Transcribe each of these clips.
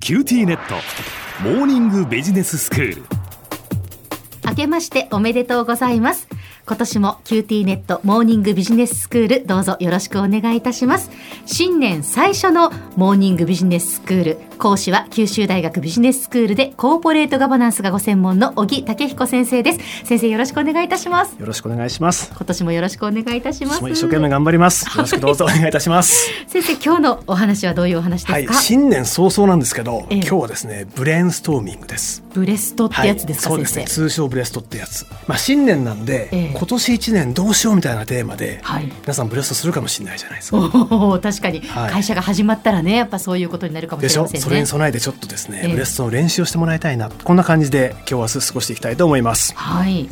キューティーネットモーニングビジネススクール明けましておめでとうございます今年も QT ネットモーニングビジネススクールどうぞよろしくお願いいたします新年最初のモーニングビジネススクール講師は九州大学ビジネススクールでコーポレートガバナンスがご専門の小木武彦先生です先生よろしくお願いいたしますよろしくお願いします。今年もよろしくお願いいたしますもう一生懸命頑張り ます。よろしくどうぞお願いいたします。先生今日のお話はどういうお話はですい、か、新年早々なんですけど、ええ今日はですね、ブレインストーミングです。ブレストってやつですか、はい、そうです先ね。生通称ブレストってやつ。まあ新年なんで、ええ今年一年どうしようみたいなテーマで、はい皆さんブレストするかもしれないじゃないですか。おお確かにはい会社が始まったらね、やっぱそういうことになるかもでししれょませんねそれに備えてちょっとですね、ええブレストの練習をしてもらいたいなこんな感じで今日明日過ごしていきたいと思います、はい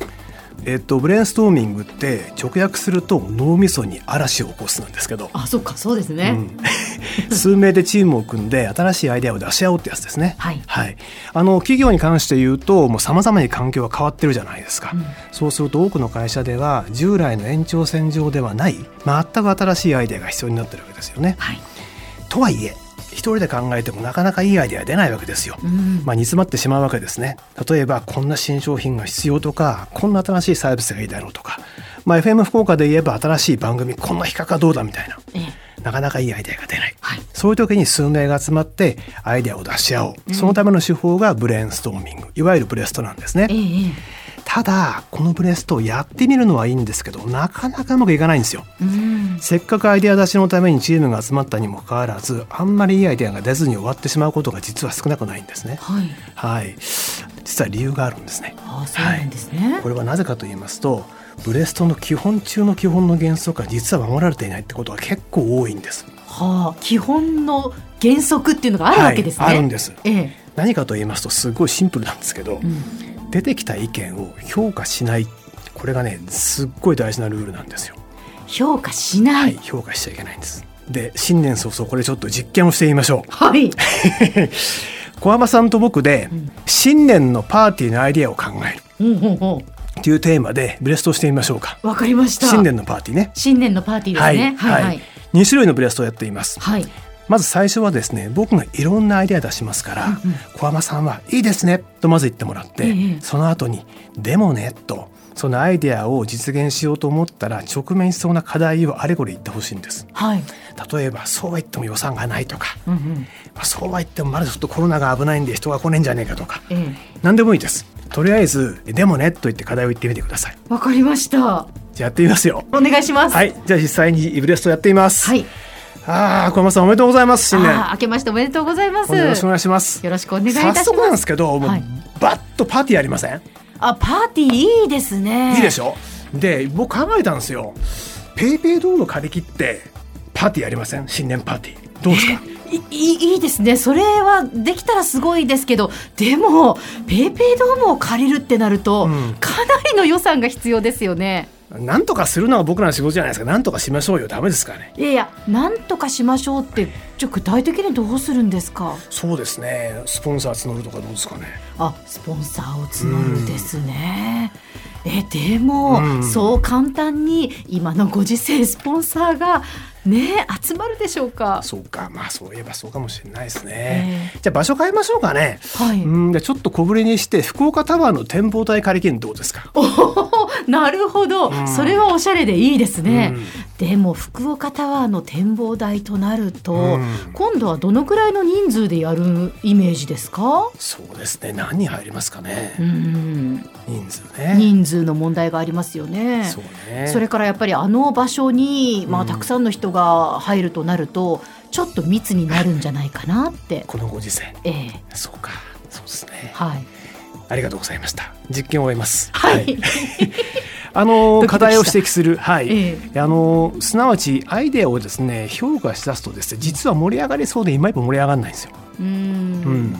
えっと、ブレインストーミングって直訳すると脳みそに嵐を起こすなんですけどあそっかそうですね、うん、数名でチームを組んで新しいアイデアを出し合おうってやつですね。はいあの企業に関して言うともう様々に環境が変わってるじゃないですか、うんそうすると多くの会社では従来の延長線上ではない全く新しいアイデアが必要になってるわけですよね。はいとはいえ一人で考えてもなかなかいいアイデアは出ないわけですよ。うんまあ、煮詰まってしまうわけですね例えばこんな新商品が必要とかこんな新しいサービスがいいだろうとか、まあ、FM 福岡で言えば新しい番組こんな企画がどうだみたいなええなかなかいいアイデアが出ない、はいそういう時に数名が集まってアイデアを出し合おう、そのための手法がブレインストーミングいわゆるブレストなんですね、ええええただこのブレストをやってみるのはいいんですけどなかなかうまくいかないんですようんせっかくアイデア出しのためにチームが集まったにもかかわらずあんまりいいアイデアが出ずに終わってしまうことが実は少なくないんですねはいはい実は理由があるんですねあそうなんですね、これはなぜかと言いますとブレストの基本中の基本の原則が実は守られていないってことが結構多いんですはあ基本の原則っていうのがあるわけですね、はい、あるんですええ何かと言いますとすごいシンプルなんですけど、うん出てきた意見を評価しないこれがねすっごい大事なルールなんですよ評価しなはいい評価しちゃいけないんですで新年早々これちょっと実験をしてみましょうはい、小浜さんと僕でうん新年のパーティーのアイデアを考えるうんうんうんっていうテーマでブレストをしてみましょうかわかりました新年のパーティーね新年のパーティーですねはい、ははいい、2種類のブレストをやっていますはい、まず最初はですね僕がいろんなアイデア出しますから、うんうん小浜さんは「いいですね」とまず言ってもらって、ええその後に「でもね」とそのアイデアを実現しようと思ったら直面しそうな課題をあれこれ言ってほしいんです。はい例えばそうは言っても予算がないとか、うんうんまあそうは言ってもまだちょっとコロナが危ないんで人が来ねえんじゃねえかとかええ何でもいいです。とりあえず「でもね」と言って課題を言ってみてください。わかりましたじゃあやってみますよ。お願いしますはいじゃあ実際にイブレストやってみます。はいああ小浜さんおめでとうございます新年あ。ー明けましておめでとうございます今度よろしくお願いします。よろしくお願いいたします早速なんですけど、もう、はいバッとパーティーありません。あパーティーいいですねいいでしょょ。で、僕考えたんですよ。ペイペイドーム借り切ってパーティーありません。新年パーティー。どうですか。いいいいですねそれはできたらすごいですけどでもペイペイドームを借りるってなると、うんかなりの予算が必要ですよねなんとかするのは僕らの仕事じゃないですか。なんとかしましょうよ。ダメですかね。いやいやなんとかしましょうってじゃあ具体的にどうするんですかそうですね。スポンサー募るとかどうですかね。あスポンサーを募るですね、えでも、うんそう簡単に今のご時世スポンサーがね集まるでしょうかそうか。まあそういえばそうかもしれないですね。えじゃあ場所変えましょうかね。はい、うん。じゃあちょっと小ぶりにして福岡タワーの展望台借り切るのどうですか。おーなるほど、うんそれはおしゃれでいいですね、うんでも福岡タワーの展望台となると、うん今度はどのくらいの人数でやるイメージですか、そうですね。何人入りますかね。うん、人数ね。人数の問題がありますよねそうね。それからやっぱりあの場所に、まあ、うんたくさんの人が入るとなると、ちょっと密になるんじゃないかなって、このご時世。ええそうか。そうですね。はい、ありがとうございました。実験を終えます。はいあのドキドキし課た題を指摘する。はい。えあのすなわちアイデアをですね評価しだすとですね実は盛り上がりそうで今一歩盛り上がらないんですよ。うーん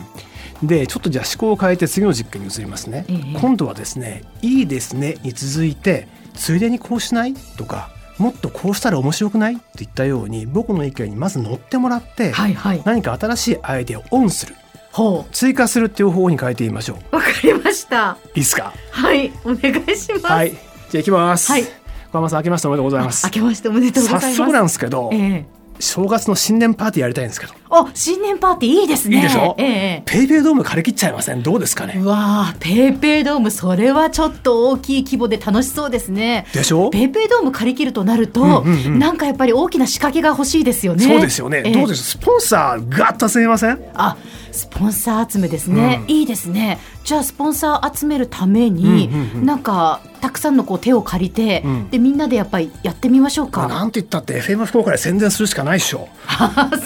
うん。でちょっとじゃあ思考を変えて次の実験に移りますね。ええ今度はですねいいですねに続いてついでにこうしないとか。もっとこうしたら面白くないって言ったように僕の意見にまず乗ってもらって、はいはい何か新しいアイデアをオンするほ追加するっていう方法に変えてみましょういうわかりましたいですかはいお願いします、はいじゃあ行きます、はい小浜さん明けましておめでとうございますあ明けましておめでとうございま早す速なんですけど、ええ正月の新年パーティーやりたいんですけどお新年パーティーいいですねいいでしょえええペイペイドーム借り切っちゃいませんどうですかえねうわあペイペイドームそれはちょっと大きい規模で楽しそうですねでしょペイペイドーム借り切るとなると、うんうんうんなんかやっぱり大きな仕掛けが欲しいですよねそうですよね、ええどうですスポンサーガッと集めませんあスポンサー集めですね、いいですねじゃあスポンサー集めるために、うんうんうんなんかたくさんのこう手を借りて、んでみんなでやっぱりやってみましょうまあか。なんて言ったって FM 福岡で宣伝するしかないでしょ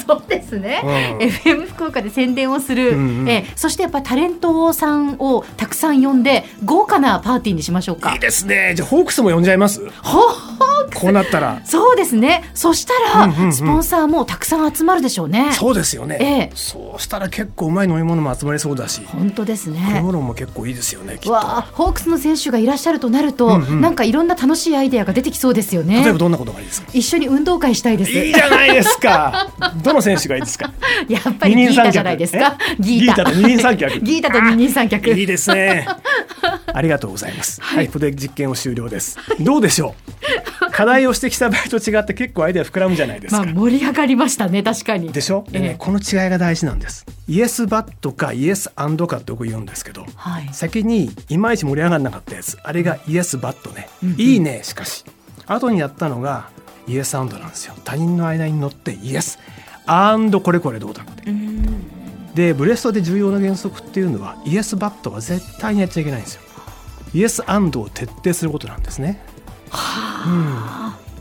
そうですね、うん FM 福岡で宣伝をすうる、んうんえーそしてやっぱりタレントさんをたくさん呼んで豪華なパーティーにしましょうかいい。ですねじゃあホークスも呼んじゃいますほほこうなったらそうですねそしたら、うんうんうんスポンサーもたくさん集まるでしょうね。そうですよね、ええそうしたら結構うまい飲み物も集まりそうだし食本当ですね。い物も結構いいですよねきっとわあホークスの選手がいらっしゃるとなると、うんうんなんかいろんな楽しいアイデアが出てきそうですよね例えばどんなことがいいですか一緒に運動会したいですいいじゃないです かどの選手がいいですかやっぱりギータじゃないですかギータと二人三脚 ギータと二人三脚いいです ねありがとうございますはい、ここで実験を終了ですどうでしょう課題を指摘した場合と違って結構アイデア膨らむじゃないですまあか、盛り上がりましたね確かにでしょでね、ええこの違いが大事なんですイエスバットかイエスアンドかって僕言うんですけどはい先にいまいち盛り上がらなかったやつあれがイエスバットね、うんうんいいねしかし後にやったのがイエスアンドなんですよ他人の間に乗ってイエスアンドこれこれどうだってうんでブレストで重要な原則っていうのはイエスバットは絶対にやっちゃいけないんですよイエスアンドを徹底することなんですねうん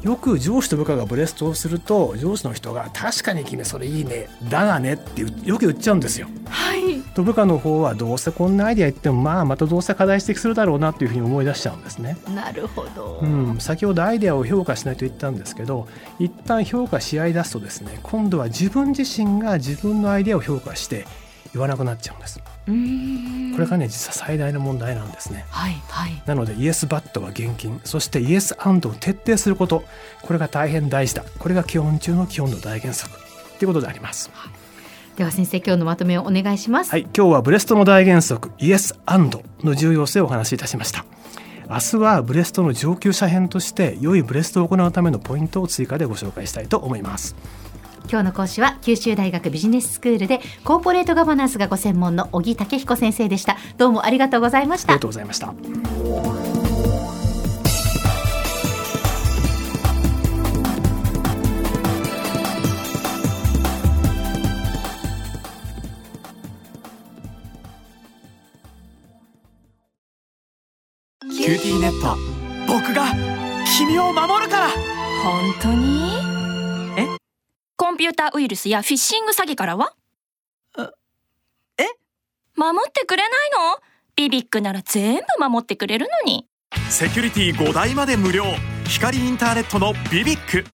よく上司と部下がブレストをすると上司の人が「確かに君それいいねだがね」って言うよく言っちゃうんですよ。はいと部下の方はどうせこんなアイデア言ってもまあまたどうせ課題指摘するだろうなっていうふうに思い出しちゃうんですね。なるほど、うん、先ほどアイデアを評価しないと言ったんですけど一旦評価し合い出すとですね今度は自分自身が自分のアイデアを評価して言わなくなっちゃうんですうんこれがね実は最大の問題なんですねはいはいなのでイエスバットは現金そしてイエスアンドを徹底することこれが大変大事だこれが基本中の基本の大原則ということでありますでは先生今日のまとめをお願いします、はい、今日はブレストの大原則イエスアンドの重要性をお話しいたしました明日はブレストの上級者編として良いブレストを行うためのポイントを追加でご紹介したいと思います今日の講師は九州大学ビジネススクールでコーポレートガバナンスがご専門の小木武彦先生でしたどうもありがとうございましありがたとうございましたキューティーネット僕が君を守るから本当にえコンピューターウイルスやフィッシング詐欺からはえ守ってくれないのビビックなら全部守ってくれるのにセキュリティ5台まで無料光インターネットのビビック